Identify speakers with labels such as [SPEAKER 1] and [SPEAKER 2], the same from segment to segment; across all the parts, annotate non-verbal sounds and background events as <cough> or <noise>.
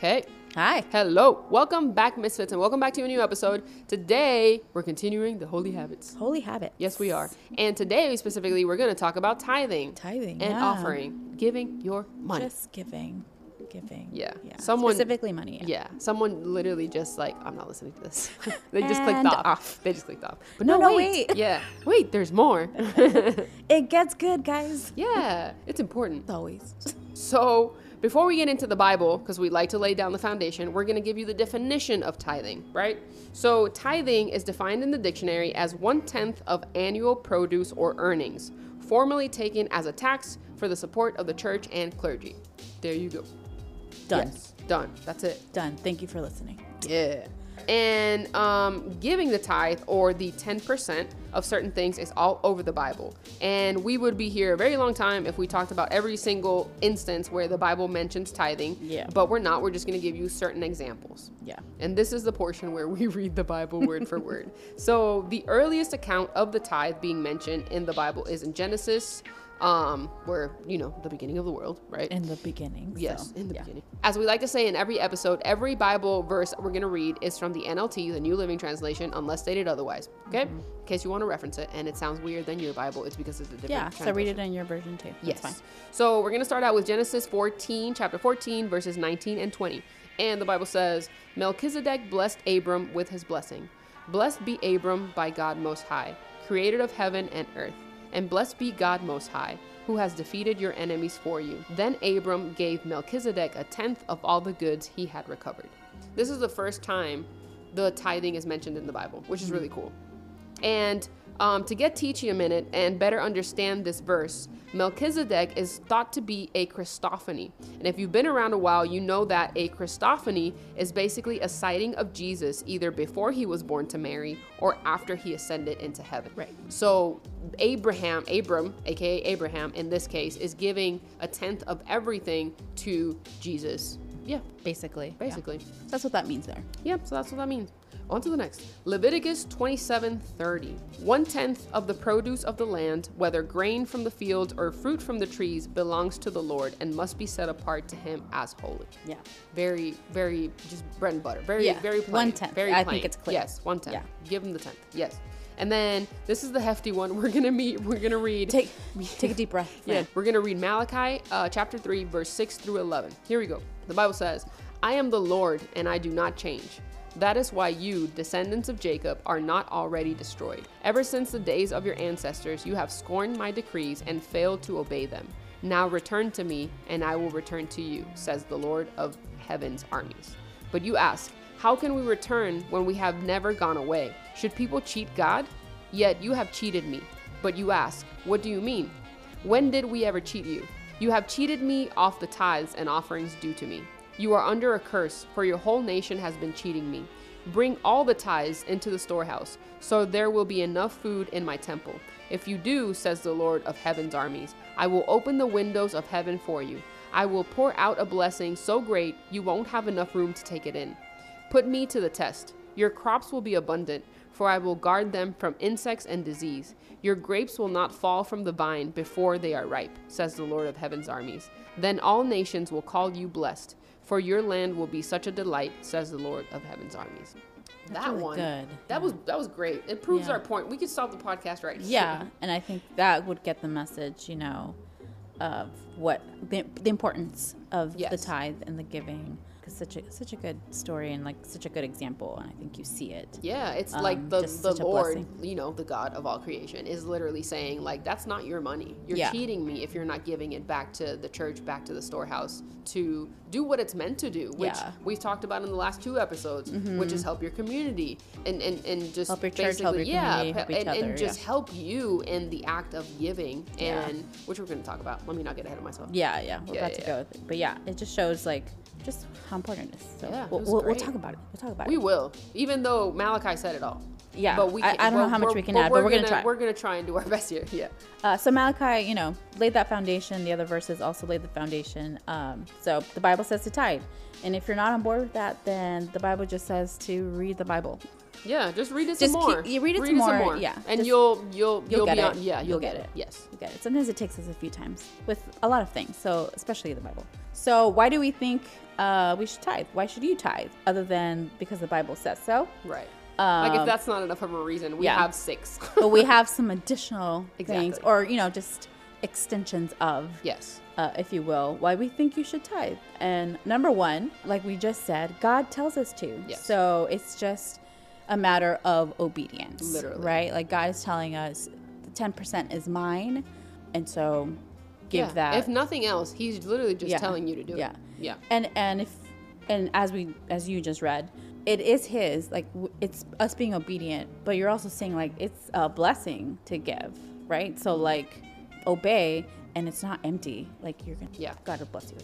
[SPEAKER 1] Hey.
[SPEAKER 2] Hi.
[SPEAKER 1] Hello. Welcome back, Misfits, and welcome back to a new episode. Today, we're continuing the holy habits.
[SPEAKER 2] Holy habit.
[SPEAKER 1] Yes, we are. And today, specifically, we're going to talk about tithing
[SPEAKER 2] Tithing.
[SPEAKER 1] and
[SPEAKER 2] yeah.
[SPEAKER 1] offering, giving your money.
[SPEAKER 2] Just giving. Giving.
[SPEAKER 1] Yeah. Someone-
[SPEAKER 2] specifically money. Yeah.
[SPEAKER 1] yeah, someone literally just like I'm not listening to this. <laughs> they just clicked
[SPEAKER 2] And
[SPEAKER 1] off.
[SPEAKER 2] off.
[SPEAKER 1] They just clicked off. But
[SPEAKER 2] No,
[SPEAKER 1] no,
[SPEAKER 2] no,
[SPEAKER 1] wait.
[SPEAKER 2] wait.
[SPEAKER 1] yeah, wait. There's more. <laughs>
[SPEAKER 2] It gets good, guys.
[SPEAKER 1] yeah, it's important. <laughs>
[SPEAKER 2] Always.
[SPEAKER 1] So, before we get into the Bible, because we like to lay down the foundation, we're going to give you the definition of tithing, right? So, tithing is defined in the dictionary as one tenth of annual produce or earnings, formally taken as a tax for the support of the church and clergy. There you go.
[SPEAKER 2] Done.
[SPEAKER 1] Yes, done. That's it.
[SPEAKER 2] Done. Thank you for listening.
[SPEAKER 1] Yeah. And um, giving the tithe or the 10% of certain things is all over the Bible. And we would be here a very long time if we talked about every single instance where the Bible mentions tithing.
[SPEAKER 2] Yeah.
[SPEAKER 1] But we're not. We're just going to give you certain examples.
[SPEAKER 2] Yeah.
[SPEAKER 1] And this is the portion where we <laughs> read the Bible word for word. So the earliest account of the tithe being mentioned in the Bible is in Genesis, um, where, you know, the beginning of the world, right?
[SPEAKER 2] In the beginning.
[SPEAKER 1] Yes,
[SPEAKER 2] so,
[SPEAKER 1] in the
[SPEAKER 2] yeah.
[SPEAKER 1] beginning. As we like to say in every episode, every Bible verse we're going to read is from the NLT, the New Living Translation, unless stated otherwise. Okay? In case you want to reference it and it sounds weird than your Bible, it's because it's a different
[SPEAKER 2] Yeah. So read
[SPEAKER 1] translation.
[SPEAKER 2] it in your version too.
[SPEAKER 1] Yes.
[SPEAKER 2] That's fine.
[SPEAKER 1] So we're going to start out with Genesis 14, chapter 14, verses 19 and 20. And the Bible says, Melchizedek blessed Abram with his blessing. Blessed be Abram by God Most High, creator of heaven and earth. And blessed be God Most High, who has defeated your enemies for you. Then Abram gave Melchizedek a tenth of all the goods he had recovered. This is the first time the tithing is mentioned in the Bible, which is really cool. And um, to get teachy a minute and better understand this verse, Melchizedek is thought to be a Christophany. And if you've been around a while, you know that a Christophany is basically a sighting of Jesus either before he was born to Mary or after he ascended into heaven.
[SPEAKER 2] Right.
[SPEAKER 1] So Abraham, Abram, aka Abraham in this case, is giving a tenth of everything to Jesus. Yeah,
[SPEAKER 2] Basically. yeah.
[SPEAKER 1] basically.
[SPEAKER 2] That's what that means there.
[SPEAKER 1] Yep, so that's what that means. On to the next. Leviticus 27:30. One tenth of the produce of the land, whether grain from the fields or fruit from the trees, belongs to the Lord and must be set apart to him as holy.
[SPEAKER 2] Yeah.
[SPEAKER 1] Very, very just bread and butter. Very,
[SPEAKER 2] Yeah,
[SPEAKER 1] very plain.
[SPEAKER 2] one-tenth.
[SPEAKER 1] Very
[SPEAKER 2] I think
[SPEAKER 1] plain.
[SPEAKER 2] it's clear.
[SPEAKER 1] Yes, one tenth.
[SPEAKER 2] Yeah.
[SPEAKER 1] Give him the tenth. Yes. And then this is the hefty one. <laughs> We're gonna meet we're gonna read
[SPEAKER 2] Take take a deep breath.
[SPEAKER 1] <laughs> yeah,
[SPEAKER 2] Fran.
[SPEAKER 1] we're going to read Malachi uh, chapter 3, verse 6 through 11. Here we go. The Bible says, I am the Lord, and I do not change. That is why you, descendants of Jacob, are not already destroyed. Ever since the days of your ancestors, you have scorned my decrees and failed to obey them. Now return to me, and I will return to you, says the Lord of heaven's armies. But you ask, How can we return when we have never gone away? Should people cheat God? Yet you have cheated me. But you ask, What do you mean? When did we ever cheat you? You have cheated me off the tithes and offerings due to me. You are under a curse, for your whole nation has been cheating me. Bring all the tithes into the storehouse, so there will be enough food in my temple. If you do, says the Lord of heaven's armies, I will open the windows of heaven for you. I will pour out a blessing so great you won't have enough room to take it in. Put me to the test. Your crops will be abundant, for I will guard them from insects and disease. Your grapes will not fall from the vine before they are ripe, says the Lord of heaven's armies. Then all nations will call you blessed, for your land will be such a delight, says the Lord of heaven's armies. that
[SPEAKER 2] really
[SPEAKER 1] one,
[SPEAKER 2] good.
[SPEAKER 1] that was that was great. It proves
[SPEAKER 2] Yeah.
[SPEAKER 1] our point. We could stop the podcast right.
[SPEAKER 2] Yeah, and I think that would get the message, you know, of what the, the importance of the
[SPEAKER 1] Yes.
[SPEAKER 2] tithe and the giving. Cause such a such a good story and like such a good example, and I think you see it.
[SPEAKER 1] Yeah, it's like
[SPEAKER 2] Um,
[SPEAKER 1] the,
[SPEAKER 2] just
[SPEAKER 1] the
[SPEAKER 2] such a
[SPEAKER 1] Lord,
[SPEAKER 2] blessing.
[SPEAKER 1] you know, the God of all creation, is literally saying, like, that's not your money. You're
[SPEAKER 2] Yeah.
[SPEAKER 1] cheating me if you're not giving it back to the church, back to the storehouse to do what it's meant to do, which
[SPEAKER 2] Yeah. Mm-hmm.
[SPEAKER 1] we've talked about in the last two episodes, which is help your community and, and, and just
[SPEAKER 2] Help your church, help
[SPEAKER 1] basically-
[SPEAKER 2] your community,
[SPEAKER 1] pe-
[SPEAKER 2] help each
[SPEAKER 1] and, and
[SPEAKER 2] other,
[SPEAKER 1] just
[SPEAKER 2] yeah.
[SPEAKER 1] help you in the act of giving,
[SPEAKER 2] Yeah.
[SPEAKER 1] and which we're going to talk about. Let me not get ahead of myself.
[SPEAKER 2] Yeah, yeah, we're
[SPEAKER 1] Yeah,
[SPEAKER 2] about
[SPEAKER 1] yeah,
[SPEAKER 2] to
[SPEAKER 1] yeah.
[SPEAKER 2] go, with it. but yeah, it just shows like just how important it is. So
[SPEAKER 1] Yeah, it
[SPEAKER 2] we'll,
[SPEAKER 1] was
[SPEAKER 2] we'll, we'll
[SPEAKER 1] great.
[SPEAKER 2] talk about it. We'll talk about
[SPEAKER 1] We
[SPEAKER 2] it.
[SPEAKER 1] will, even though Malachi said it all.
[SPEAKER 2] Yeah, I- I don't know
[SPEAKER 1] we're-
[SPEAKER 2] how much
[SPEAKER 1] we're-
[SPEAKER 2] we can add, but we're gonna try.
[SPEAKER 1] We're gonna try and do our <laughs> best here. Yeah.
[SPEAKER 2] Uh, so Malachi, you know, laid that foundation. The other verses also laid the foundation. Um, so the Bible says to tithe, and if you're not on board with that, then the Bible just says to read the Bible.
[SPEAKER 1] Yeah, just read it
[SPEAKER 2] Just
[SPEAKER 1] some
[SPEAKER 2] keep-
[SPEAKER 1] more.
[SPEAKER 2] you read it some more, yeah.
[SPEAKER 1] and
[SPEAKER 2] Just-
[SPEAKER 1] you'll you'll you'll,
[SPEAKER 2] get
[SPEAKER 1] be
[SPEAKER 2] it.
[SPEAKER 1] on. Yeah, you'll,
[SPEAKER 2] You'll
[SPEAKER 1] get,
[SPEAKER 2] get
[SPEAKER 1] it.
[SPEAKER 2] it.
[SPEAKER 1] Yes.
[SPEAKER 2] You get it. Sometimes it takes us a few times with a lot of things, so especially the Bible. So why do we think uh, we should tithe. Why should you tithe? Other than because the Bible says so.
[SPEAKER 1] Right.
[SPEAKER 2] Um,
[SPEAKER 1] like if that's not enough of a reason, we
[SPEAKER 2] yeah.
[SPEAKER 1] have six. <laughs>
[SPEAKER 2] but we have some additional things,
[SPEAKER 1] Exactly.
[SPEAKER 2] or you know, just extensions of,
[SPEAKER 1] yes.
[SPEAKER 2] uh, if you will, why we think you should tithe. And number one, like we just said, God tells us to.
[SPEAKER 1] Yes.
[SPEAKER 2] So it's just a matter of obedience,
[SPEAKER 1] Literally.
[SPEAKER 2] right? Like God is telling us, the ten percent is mine, and so give
[SPEAKER 1] Yeah.
[SPEAKER 2] that.
[SPEAKER 1] If nothing else, he's literally just
[SPEAKER 2] Yeah.
[SPEAKER 1] telling you to do
[SPEAKER 2] Yeah.
[SPEAKER 1] it. Yeah.
[SPEAKER 2] and and if and as we as you just read it is his like w- it's us being obedient but you're also saying like it's a blessing to give right so like obey and it's not empty like you're gonna
[SPEAKER 1] Yeah.
[SPEAKER 2] god will bless you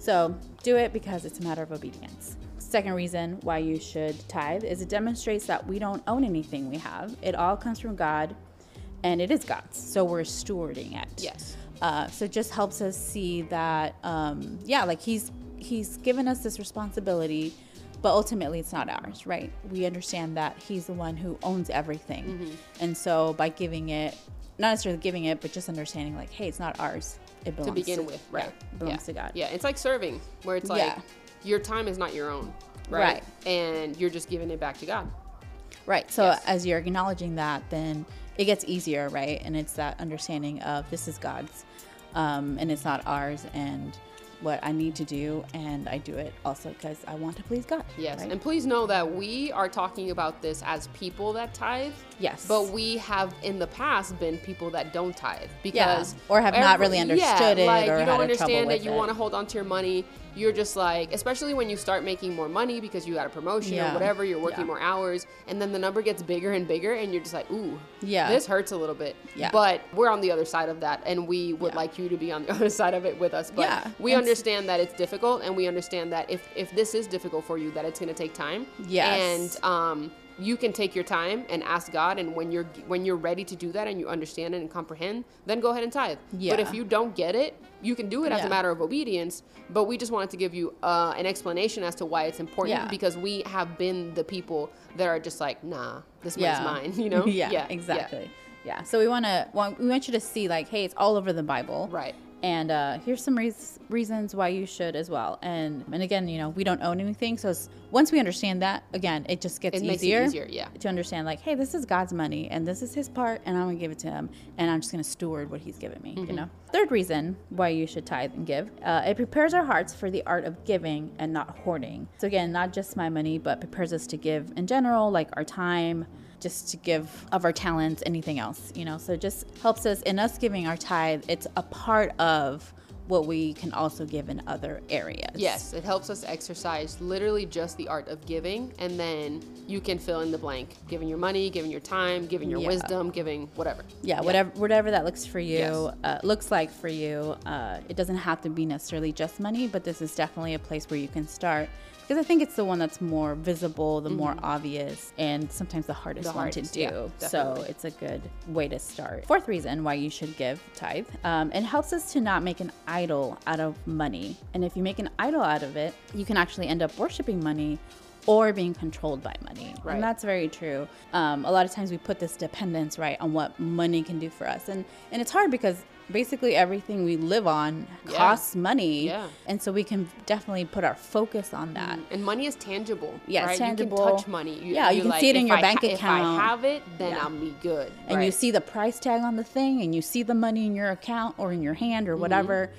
[SPEAKER 2] so do it because it's a matter of obedience second reason why you should tithe is it demonstrates that we don't own anything we have it all comes from god and it is god's so we're stewarding it
[SPEAKER 1] Yes.
[SPEAKER 2] uh, so it just helps us see that um, yeah like he's he's given us this responsibility but ultimately it's not ours right we understand that he's the one who owns everything
[SPEAKER 1] Mm-hmm.
[SPEAKER 2] and so by giving it not necessarily giving it but just understanding like hey it's not ours it belongs
[SPEAKER 1] To begin
[SPEAKER 2] to-
[SPEAKER 1] with,
[SPEAKER 2] yeah,
[SPEAKER 1] right?
[SPEAKER 2] it belongs to god
[SPEAKER 1] Yeah, it's like serving, where it's like
[SPEAKER 2] Yeah.
[SPEAKER 1] your time is not your own, right?
[SPEAKER 2] Right.
[SPEAKER 1] And you're just giving it back to God.
[SPEAKER 2] right so
[SPEAKER 1] Yes.
[SPEAKER 2] as you're acknowledging that then it gets easier right and it's that understanding of this is god's um, and it's not ours and what i need to do and i do it also because i want to please god
[SPEAKER 1] Yes.
[SPEAKER 2] right?
[SPEAKER 1] And please know that we are talking about this as people that tithe.
[SPEAKER 2] Yes.
[SPEAKER 1] But we have in the past been people that don't tithe
[SPEAKER 2] Yeah,
[SPEAKER 1] because
[SPEAKER 2] or have not really understood
[SPEAKER 1] yeah,
[SPEAKER 2] it
[SPEAKER 1] Like
[SPEAKER 2] or
[SPEAKER 1] you don't
[SPEAKER 2] had a trouble
[SPEAKER 1] understand that
[SPEAKER 2] with
[SPEAKER 1] you
[SPEAKER 2] it.
[SPEAKER 1] want to hold on to your money. You're just like, especially when you start making more money because you got a promotion or
[SPEAKER 2] Yeah.
[SPEAKER 1] whatever, you're working
[SPEAKER 2] Yeah.
[SPEAKER 1] more hours, and then the number gets bigger and bigger, and you're just like, ooh,
[SPEAKER 2] Yeah.
[SPEAKER 1] this hurts a little bit.
[SPEAKER 2] Yeah.
[SPEAKER 1] But we're on the other side of that, and we would like you to be on the <laughs> other side of it with us. But
[SPEAKER 2] Yeah,
[SPEAKER 1] we
[SPEAKER 2] it's-
[SPEAKER 1] understand that it's difficult, and we understand that if if this is difficult for you, that it's going to take time.
[SPEAKER 2] Yes.
[SPEAKER 1] And um, you can take your time and ask God, and when you're when you're ready to do that and you understand it and comprehend, then go ahead and tithe. But if
[SPEAKER 2] Yeah.
[SPEAKER 1] you don't get it, you can do it as a
[SPEAKER 2] Yeah.
[SPEAKER 1] matter of obedience. But we just wanted to give you uh, an explanation as to why it's important
[SPEAKER 2] Yeah.
[SPEAKER 1] because we have been the people that are just like, nah, this money's
[SPEAKER 2] yeah.
[SPEAKER 1] mine. <laughs>
[SPEAKER 2] <laughs>
[SPEAKER 1] You know?
[SPEAKER 2] yeah, exactly yeah. so we want to want we want you to see like hey it's all over the bible
[SPEAKER 1] Right.
[SPEAKER 2] and uh here's some reas reasons why you should as well and and again you know we don't own anything so it's, once we understand that again it just gets
[SPEAKER 1] It makes it
[SPEAKER 2] easier
[SPEAKER 1] easier, yeah.
[SPEAKER 2] to understand like hey this is god's money and this is his part and i'm gonna give it to him and i'm just gonna steward what he's given me you know third reason why you should tithe and give uh, it prepares our hearts for the art of giving and not hoarding so again not just my money but prepares us to give in general like our time just to give of our talents anything else you know so it just helps us in us giving our tithe it's a part of what we can also give in other areas
[SPEAKER 1] Yes, it helps us exercise literally just the art of giving, and then you can fill in the blank, giving your money, giving your time, giving your
[SPEAKER 2] Yeah.
[SPEAKER 1] wisdom, giving whatever.
[SPEAKER 2] yeah, whatever whatever that looks for you
[SPEAKER 1] Yes.
[SPEAKER 2] uh, looks like for you uh, it doesn't have to be necessarily just money but this is definitely a place where you can start because i think it's the one that's more visible the more obvious and sometimes the hardest,
[SPEAKER 1] Mm-hmm. The hardest, yeah,
[SPEAKER 2] one to do so
[SPEAKER 1] definitely.
[SPEAKER 2] it's a good way to start fourth reason why you should give tithe um, it helps us to not make an idol out of money and if you make an idol out of it you can actually end up worshiping money or being controlled by money
[SPEAKER 1] Right.
[SPEAKER 2] and that's very true. Um, a lot of times we put this dependence right on what money can do for us, and and it's hard because basically everything we live on
[SPEAKER 1] Yeah.
[SPEAKER 2] costs money,
[SPEAKER 1] Yeah.
[SPEAKER 2] and so we can definitely put our focus on that.
[SPEAKER 1] And money is tangible.
[SPEAKER 2] Yeah,
[SPEAKER 1] right?
[SPEAKER 2] it's
[SPEAKER 1] You can
[SPEAKER 2] tangible.
[SPEAKER 1] touch money.
[SPEAKER 2] Yeah, you
[SPEAKER 1] you're
[SPEAKER 2] can see it in
[SPEAKER 1] if
[SPEAKER 2] your
[SPEAKER 1] I
[SPEAKER 2] bank
[SPEAKER 1] If I
[SPEAKER 2] account.
[SPEAKER 1] have it, then
[SPEAKER 2] Yeah.
[SPEAKER 1] I'll be good.
[SPEAKER 2] and you
[SPEAKER 1] right?
[SPEAKER 2] see the price tag on the thing and you see the money in your account or in your hand
[SPEAKER 1] Mm-hmm.
[SPEAKER 2] or whatever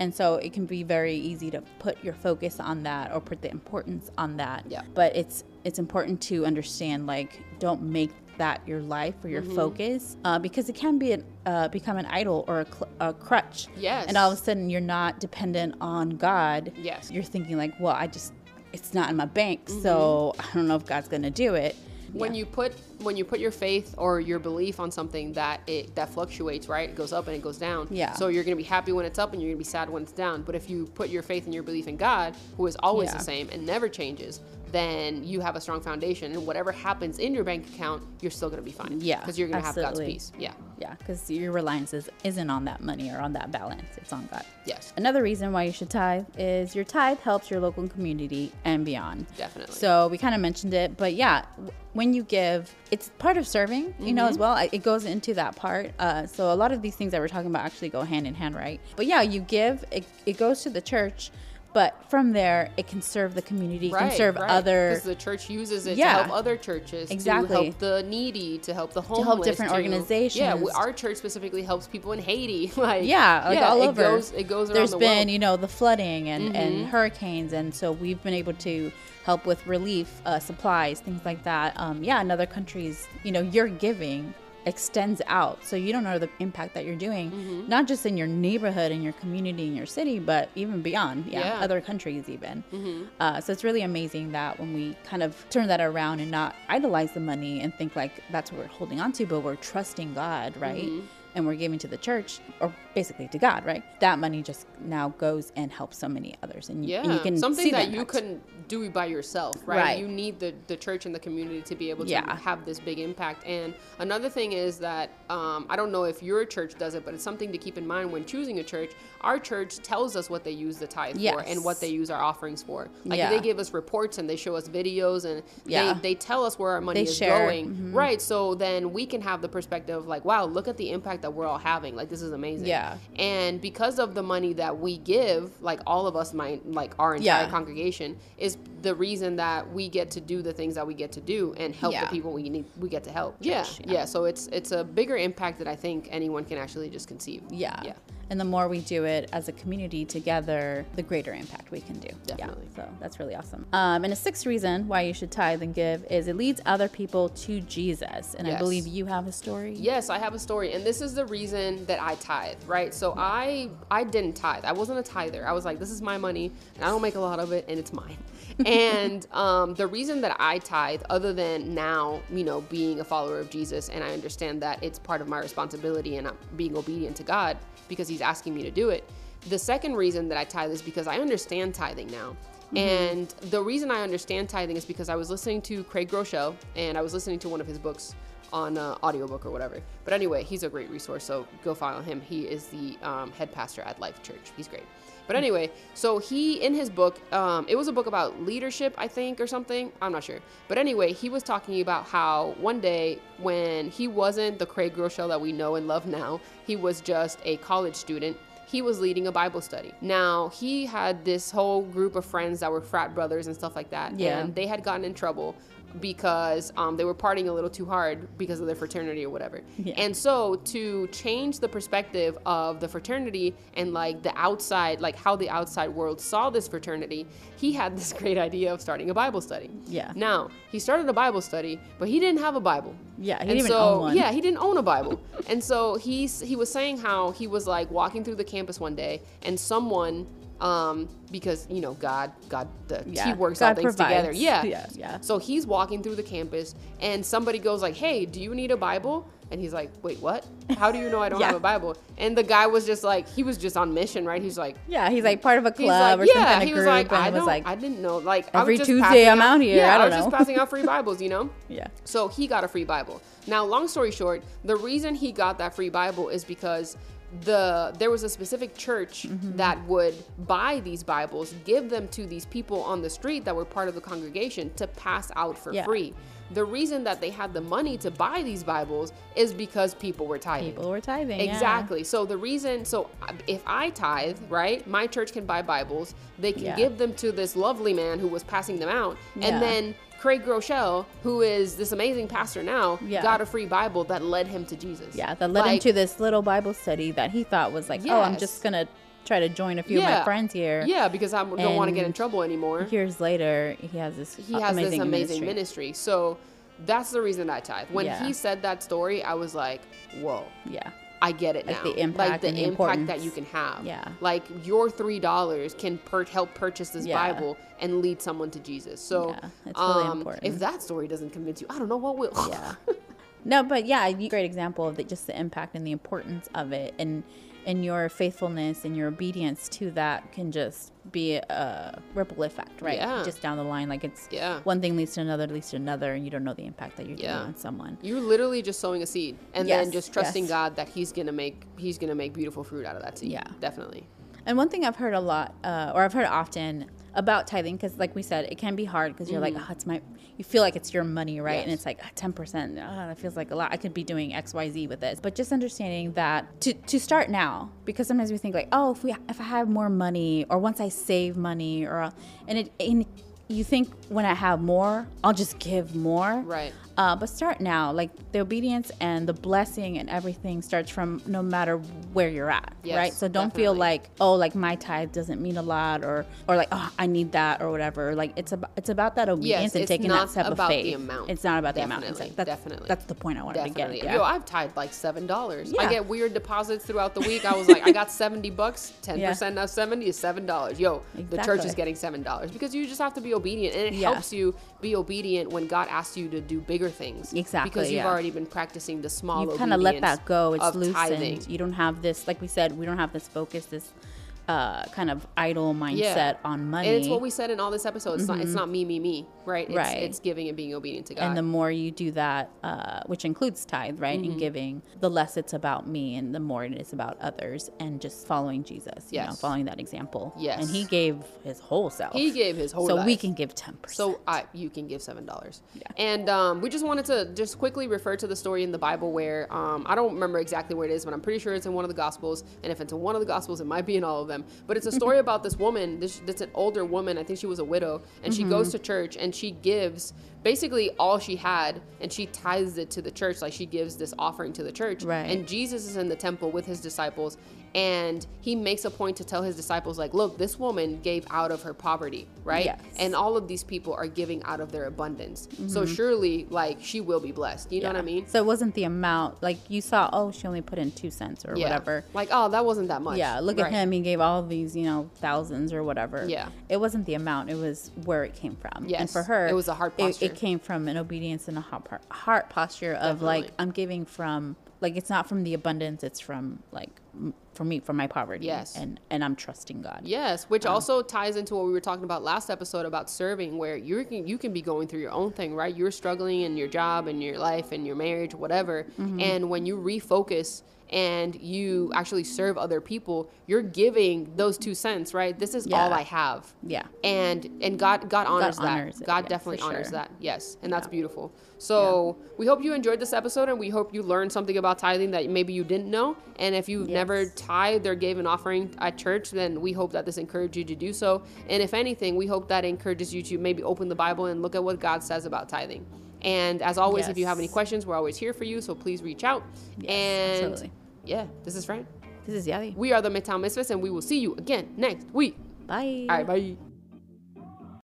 [SPEAKER 2] and so it can be very easy to put your focus on that or put the importance on that
[SPEAKER 1] Yeah.
[SPEAKER 2] but it's it's important to understand like don't make that your life or
[SPEAKER 1] Mm-hmm.
[SPEAKER 2] your focus uh, because it can be an, uh, become an idol or a, cl- a crutch
[SPEAKER 1] Yes.
[SPEAKER 2] and all of a sudden you're not dependent on god
[SPEAKER 1] Yes.
[SPEAKER 2] you're thinking like well i just it's not in my bank so i don't know if god's gonna do it
[SPEAKER 1] Mm-hmm. when you put when you put your faith or your belief on something that it that fluctuates right it goes up and it goes down
[SPEAKER 2] Yeah.
[SPEAKER 1] so you're gonna be happy when it's up and you're gonna be sad when it's down but if you put your faith and your belief in god who is always the
[SPEAKER 2] Yeah.
[SPEAKER 1] same and never changes then you have a strong foundation and whatever happens in your bank account you're still gonna be fine
[SPEAKER 2] Yeah,
[SPEAKER 1] because you're gonna have god's
[SPEAKER 2] absolutely.
[SPEAKER 1] peace yeah
[SPEAKER 2] Yeah, because your reliance is, isn't on that money or on that balance. It's on God.
[SPEAKER 1] yes
[SPEAKER 2] Another reason why you should tithe is your tithe helps your local community and beyond.
[SPEAKER 1] Definitely.
[SPEAKER 2] So we kind of mentioned it, but yeah, w- when you give, it's part of serving, you know,
[SPEAKER 1] Mm-hmm.
[SPEAKER 2] as well. I- It goes into that part. Uh, so a lot of these things that we're talking about actually go hand in hand, right? But yeah, you give, it, it goes to the church. But from there, it can serve the community,
[SPEAKER 1] Right,
[SPEAKER 2] can serve
[SPEAKER 1] right.
[SPEAKER 2] other
[SPEAKER 1] 'Cause the church uses it
[SPEAKER 2] Yeah.
[SPEAKER 1] to help other churches,
[SPEAKER 2] Exactly.
[SPEAKER 1] to help the needy, to help the homeless,
[SPEAKER 2] different
[SPEAKER 1] to- Yeah, we,
[SPEAKER 2] organizations.
[SPEAKER 1] our church specifically helps people in Haiti. <laughs> Like
[SPEAKER 2] yeah, like all
[SPEAKER 1] it
[SPEAKER 2] over.
[SPEAKER 1] Goes, it goes around
[SPEAKER 2] There's
[SPEAKER 1] the
[SPEAKER 2] been
[SPEAKER 1] world. Mm-hmm.
[SPEAKER 2] you know the flooding and, and hurricanes, and so we've been able to help with relief uh, supplies, things like that. Um, yeah, in other countries, you know, your giving extends out, so you don't know the impact that you're doing,
[SPEAKER 1] Mm-hmm.
[SPEAKER 2] not just in your neighborhood and your community and your city, but even beyond. Yeah,
[SPEAKER 1] Yeah.
[SPEAKER 2] other countries even.
[SPEAKER 1] Mm-hmm.
[SPEAKER 2] Uh, so it's really amazing that when we kind of turn that around and not idolize the money and think like that's what we're holding on to, but we're trusting God, right?
[SPEAKER 1] Mm-hmm.
[SPEAKER 2] And we're giving to the church or basically to God, right? That money just now goes and helps so many others, and you,
[SPEAKER 1] yeah,
[SPEAKER 2] and you can
[SPEAKER 1] something
[SPEAKER 2] see
[SPEAKER 1] that
[SPEAKER 2] the
[SPEAKER 1] you
[SPEAKER 2] impact.
[SPEAKER 1] couldn't do by yourself, right?
[SPEAKER 2] Right.
[SPEAKER 1] You need the, the church and the community to be able to
[SPEAKER 2] Yeah.
[SPEAKER 1] have this big impact. And another thing is that um, I don't know if your church does it, but it's something to keep in mind when choosing a church. Our church tells us what they use the tithe for and what
[SPEAKER 2] Yes.
[SPEAKER 1] they use our offerings for. Like
[SPEAKER 2] Yeah.
[SPEAKER 1] they give us reports and they show us videos and
[SPEAKER 2] Yeah.
[SPEAKER 1] they, they tell us where our money
[SPEAKER 2] They
[SPEAKER 1] is
[SPEAKER 2] share, Mm-hmm.
[SPEAKER 1] going, right? So then we can have the perspective of like, wow, look at the impact that we're all having. Like this is amazing.
[SPEAKER 2] Yeah.
[SPEAKER 1] And because of the money that we give, like all of us, my like our entire
[SPEAKER 2] Yeah.
[SPEAKER 1] congregation, is the reason that we get to do the things that we get to do and help
[SPEAKER 2] Yeah.
[SPEAKER 1] the people we need we get to help. yeah.
[SPEAKER 2] Church,
[SPEAKER 1] yeah. So it's it's a bigger impact that I think anyone can actually just conceive.
[SPEAKER 2] Yeah.
[SPEAKER 1] Yeah.
[SPEAKER 2] And the more we do it as a community together, the greater impact we can do.
[SPEAKER 1] Definitely.
[SPEAKER 2] Yeah. So that's really awesome. Um, and a sixth reason why you should tithe and give is it leads other people to Jesus. And I
[SPEAKER 1] Yes.
[SPEAKER 2] believe you have a story.
[SPEAKER 1] Yes, I have a story, and this is the reason that I tithe, right? So I I didn't tithe. I wasn't a tither. I was like, this is my money, and I don't make a lot of it, and it's mine. and um, the reason that I tithe, other than now, you know, being a follower of Jesus, and I understand that it's part of my responsibility and I'm being obedient to God because He's asking me to do it. The second reason that I tithe is because I understand tithing now. And the reason I understand tithing is because I was listening to Craig Groeschel and I was listening to one of his books on uh, audiobook or whatever. But anyway, he's a great resource, so go follow him. He is the um, head pastor at Life Church. He's great. But anyway, so he in his book, um, it was a book about leadership, I think, or something. I'm not sure. But anyway, he was talking about how one day when he wasn't the Craig Groeschel that we know and love now, he was just a college student he was leading a Bible study. Now, he had this whole group of friends that were frat brothers and stuff like that.
[SPEAKER 2] Yeah.
[SPEAKER 1] And they had gotten in trouble because um, they were partying a little too hard because of their fraternity or whatever. And so, to change the perspective of the fraternity and like the outside, like how the outside world saw this fraternity, he had this <laughs> great idea of starting a Bible study.
[SPEAKER 2] Yeah.
[SPEAKER 1] Now, he started a Bible study, but he didn't have a Bible.
[SPEAKER 2] Yeah, he
[SPEAKER 1] And
[SPEAKER 2] didn't even
[SPEAKER 1] so,
[SPEAKER 2] own one.
[SPEAKER 1] Yeah, he didn't own a Bible. and so he s- he was saying how he was like walking through the campus one day and someone um because you know God God the, he
[SPEAKER 2] Yeah,
[SPEAKER 1] works all
[SPEAKER 2] God
[SPEAKER 1] things together.
[SPEAKER 2] provides.
[SPEAKER 1] Yeah.
[SPEAKER 2] Yeah, yeah.
[SPEAKER 1] So he's walking through the campus and somebody goes like, "Hey, do you need a Bible?" And he's like, "Wait, what? How do you know I don't
[SPEAKER 2] <laughs> Yeah.
[SPEAKER 1] have a Bible?" And the guy was just like, he was just on mission, right? He's like,
[SPEAKER 2] Yeah, he's like part of a
[SPEAKER 1] He's like,
[SPEAKER 2] club or
[SPEAKER 1] yeah.
[SPEAKER 2] some kind of
[SPEAKER 1] he
[SPEAKER 2] group,
[SPEAKER 1] was like,
[SPEAKER 2] and
[SPEAKER 1] I
[SPEAKER 2] was
[SPEAKER 1] don't,
[SPEAKER 2] like,
[SPEAKER 1] I didn't know. Like I was
[SPEAKER 2] every
[SPEAKER 1] just
[SPEAKER 2] Tuesday
[SPEAKER 1] passing
[SPEAKER 2] I'm out here.
[SPEAKER 1] Yeah,
[SPEAKER 2] I don't
[SPEAKER 1] was just
[SPEAKER 2] know.
[SPEAKER 1] passing out
[SPEAKER 2] <laughs>
[SPEAKER 1] free Bibles, you know.
[SPEAKER 2] Yeah.
[SPEAKER 1] So he got a free Bible. Now, long story short, the reason he got that free Bible is because the there was a specific church
[SPEAKER 2] Mm-hmm.
[SPEAKER 1] that would buy these Bibles, give them to these people on the street that were part of the congregation to pass out for
[SPEAKER 2] Yeah.
[SPEAKER 1] free. The reason that they had the money to buy these Bibles is because people were tithing.
[SPEAKER 2] people were tithing. yeah.
[SPEAKER 1] Exactly. So the reason, so uh, if I tithe, right, my church can buy Bibles. They can
[SPEAKER 2] Yeah.
[SPEAKER 1] give them to this lovely man who was passing them out,
[SPEAKER 2] Yeah.
[SPEAKER 1] and then Craig Groeschel, who is this amazing pastor now,
[SPEAKER 2] Yeah.
[SPEAKER 1] got a free Bible that led him to Jesus.
[SPEAKER 2] Yeah, that led him
[SPEAKER 1] Like,
[SPEAKER 2] to this little Bible study that he thought was like, oh, I'm
[SPEAKER 1] Yes.
[SPEAKER 2] just gonna try to join a few of my friends here.
[SPEAKER 1] Yeah, because I don't want to get in
[SPEAKER 2] And
[SPEAKER 1] trouble anymore.
[SPEAKER 2] Years later, he has this.
[SPEAKER 1] he has this
[SPEAKER 2] amazing
[SPEAKER 1] amazing
[SPEAKER 2] ministry.
[SPEAKER 1] ministry. So that's the reason I tithe. When
[SPEAKER 2] Yeah.
[SPEAKER 1] he said that story, I was like, whoa.
[SPEAKER 2] Yeah.
[SPEAKER 1] I get it
[SPEAKER 2] Like
[SPEAKER 1] now.
[SPEAKER 2] the impact and the
[SPEAKER 1] that you
[SPEAKER 2] importance.
[SPEAKER 1] can have.
[SPEAKER 2] Yeah.
[SPEAKER 1] Like your three dollars can per- help purchase this
[SPEAKER 2] Yeah.
[SPEAKER 1] Bible and lead someone to Jesus. So
[SPEAKER 2] Yeah, it's really
[SPEAKER 1] um,
[SPEAKER 2] important.
[SPEAKER 1] If that story doesn't convince you, I don't know what will.
[SPEAKER 2] yeah <laughs> no but yeah you- great example of the, just the impact and the importance of it and and your faithfulness and your obedience to that can just be a ripple effect right
[SPEAKER 1] Yeah.
[SPEAKER 2] just down the line like it's
[SPEAKER 1] Yeah.
[SPEAKER 2] one thing leads to another leads to another and you don't know the impact that you're
[SPEAKER 1] Yeah.
[SPEAKER 2] doing on someone
[SPEAKER 1] <laughs> You're literally just sowing a seed and then
[SPEAKER 2] Yes,
[SPEAKER 1] just trusting
[SPEAKER 2] yes.
[SPEAKER 1] God that He's gonna make He's gonna make beautiful fruit out of that seed.
[SPEAKER 2] Yeah.
[SPEAKER 1] Definitely.
[SPEAKER 2] And one thing I've heard a lot, uh, or I've heard often, about tithing because, like we said, it can be hard because you're like, oh, it's my, you feel like it's your money, right? And
[SPEAKER 1] Mm-hmm. Yes.
[SPEAKER 2] it's like ten percent. Oh, that feels like a lot. I could be doing X, Y, Z with this. But just understanding that to to start now because sometimes we think like, oh, if we if I have more money or once I save money or, I'll- and it and you think when I have more, I'll just give more,
[SPEAKER 1] Right.
[SPEAKER 2] uh, but start now. Like the obedience and the blessing and everything starts from no matter where you're at,
[SPEAKER 1] Yes,
[SPEAKER 2] right? So don't feel
[SPEAKER 1] definitely.
[SPEAKER 2] like oh, like my tithe doesn't mean a lot, or or like oh, I need that or whatever. Like it's about it's about that obedience and
[SPEAKER 1] it's
[SPEAKER 2] taking
[SPEAKER 1] not
[SPEAKER 2] that step
[SPEAKER 1] about
[SPEAKER 2] of
[SPEAKER 1] the
[SPEAKER 2] faith.
[SPEAKER 1] amount.
[SPEAKER 2] It's not about the amount. It's
[SPEAKER 1] Definitely,
[SPEAKER 2] like, that's,
[SPEAKER 1] definitely.
[SPEAKER 2] That's the point I wanted
[SPEAKER 1] Definitely.
[SPEAKER 2] to get. Yeah.
[SPEAKER 1] Yo, I've tied like seven dollars. I
[SPEAKER 2] Yeah.
[SPEAKER 1] get weird deposits throughout the week. I was like, I
[SPEAKER 2] <laughs>
[SPEAKER 1] got seventy bucks. Ten percent
[SPEAKER 2] Yeah.
[SPEAKER 1] of seventy is seven dollars. Yo, the church is
[SPEAKER 2] Exactly.
[SPEAKER 1] getting seven dollars because you just have to be obedient, and it
[SPEAKER 2] Yeah.
[SPEAKER 1] helps you be obedient when God asks you to do bigger things.
[SPEAKER 2] Exactly,
[SPEAKER 1] Because you've
[SPEAKER 2] yeah.
[SPEAKER 1] already been practicing the small.
[SPEAKER 2] you kind of let
[SPEAKER 1] obedience
[SPEAKER 2] that go. It's
[SPEAKER 1] of
[SPEAKER 2] loosened.
[SPEAKER 1] tithing.
[SPEAKER 2] You don't have this, like we said, we don't have this focus, this uh, kind of idle mindset on money.
[SPEAKER 1] And it's what we said in all this episode. It's not. It's not me, me, me. Right. It's,
[SPEAKER 2] Mm-hmm. Right.
[SPEAKER 1] It's giving and being obedient to God.
[SPEAKER 2] and the more you do that, uh, which includes tithe, right,
[SPEAKER 1] Mm-hmm.
[SPEAKER 2] and giving, the less it's about me, and the more it is about others, and just following Jesus, you know,
[SPEAKER 1] Yes.
[SPEAKER 2] following that example.
[SPEAKER 1] Yes.
[SPEAKER 2] and He gave His whole self.
[SPEAKER 1] he gave his whole.
[SPEAKER 2] so
[SPEAKER 1] life.
[SPEAKER 2] we can give ten percent.
[SPEAKER 1] So I, you can give seven dollars. And um, we just wanted to just quickly refer to the story in the Bible where um, I don't remember exactly where it is, but I'm pretty sure it's in one of the Gospels. And if it's in one of the Gospels, it might be in all of them. But it's a
[SPEAKER 2] <laughs>
[SPEAKER 1] story about this woman. This that's an older woman. I think she was a widow, and she
[SPEAKER 2] Mm-hmm.
[SPEAKER 1] goes to church and she gives basically all she had, and she tithes it to the church. Like she gives this offering to the church.
[SPEAKER 2] Right.
[SPEAKER 1] And Jesus is in the temple with his disciples and he makes a point to tell his disciples like look this woman gave out of her poverty right
[SPEAKER 2] Yes.
[SPEAKER 1] and all of these people are giving out of their abundance so
[SPEAKER 2] Mm-hmm.
[SPEAKER 1] surely like she will be blessed you know what i mean
[SPEAKER 2] So it wasn't the amount. Like you saw, oh, she only put in two cents or
[SPEAKER 1] Yeah.
[SPEAKER 2] whatever.
[SPEAKER 1] like oh that wasn't that much
[SPEAKER 2] Yeah, look
[SPEAKER 1] Right.
[SPEAKER 2] at him. He gave all these, you know, thousands or whatever.
[SPEAKER 1] Yeah.
[SPEAKER 2] It wasn't the amount, it was where it came from. And
[SPEAKER 1] Yes,
[SPEAKER 2] for her,
[SPEAKER 1] it was a heart
[SPEAKER 2] It,
[SPEAKER 1] posture.
[SPEAKER 2] it came from an obedience and a heart, par- heart posture of like,
[SPEAKER 1] Definitely.
[SPEAKER 2] I'm giving from, like, it's not from the abundance, it's from, like, m- for me, from my poverty.
[SPEAKER 1] Yes.
[SPEAKER 2] And, and I'm trusting God.
[SPEAKER 1] Yes, which also ties into what we were talking about last episode about serving, where you can you can be going through your own thing, right? You're struggling in your job and your life and your marriage, whatever.
[SPEAKER 2] Mm-hmm.
[SPEAKER 1] And when you refocus and you actually serve other people, you're giving those two cents, right? This is all
[SPEAKER 2] Yeah.
[SPEAKER 1] I have.
[SPEAKER 2] Yeah.
[SPEAKER 1] And and God God honors that.
[SPEAKER 2] honors it,
[SPEAKER 1] God
[SPEAKER 2] yeah, for
[SPEAKER 1] definitely honors
[SPEAKER 2] sure.
[SPEAKER 1] that. Yes. And that's beautiful. So we hope you enjoyed this episode and we hope you learned something about tithing that maybe you didn't know. And if you've never
[SPEAKER 2] Yes.
[SPEAKER 1] tithe or gave an offering at church, then we hope that this encouraged you to do so. And if anything, we hope that encourages you to maybe open the Bible and look at what God says about tithing. And as always, if you have any
[SPEAKER 2] Yes.
[SPEAKER 1] questions, we're always here for you. So please reach out.
[SPEAKER 2] Yes,
[SPEAKER 1] and
[SPEAKER 2] absolutely.
[SPEAKER 1] yeah, this is Fran.
[SPEAKER 2] This is Yadi.
[SPEAKER 1] We are the Midtown Misfits, and we will see you again next week.
[SPEAKER 2] Bye.
[SPEAKER 1] All right, bye.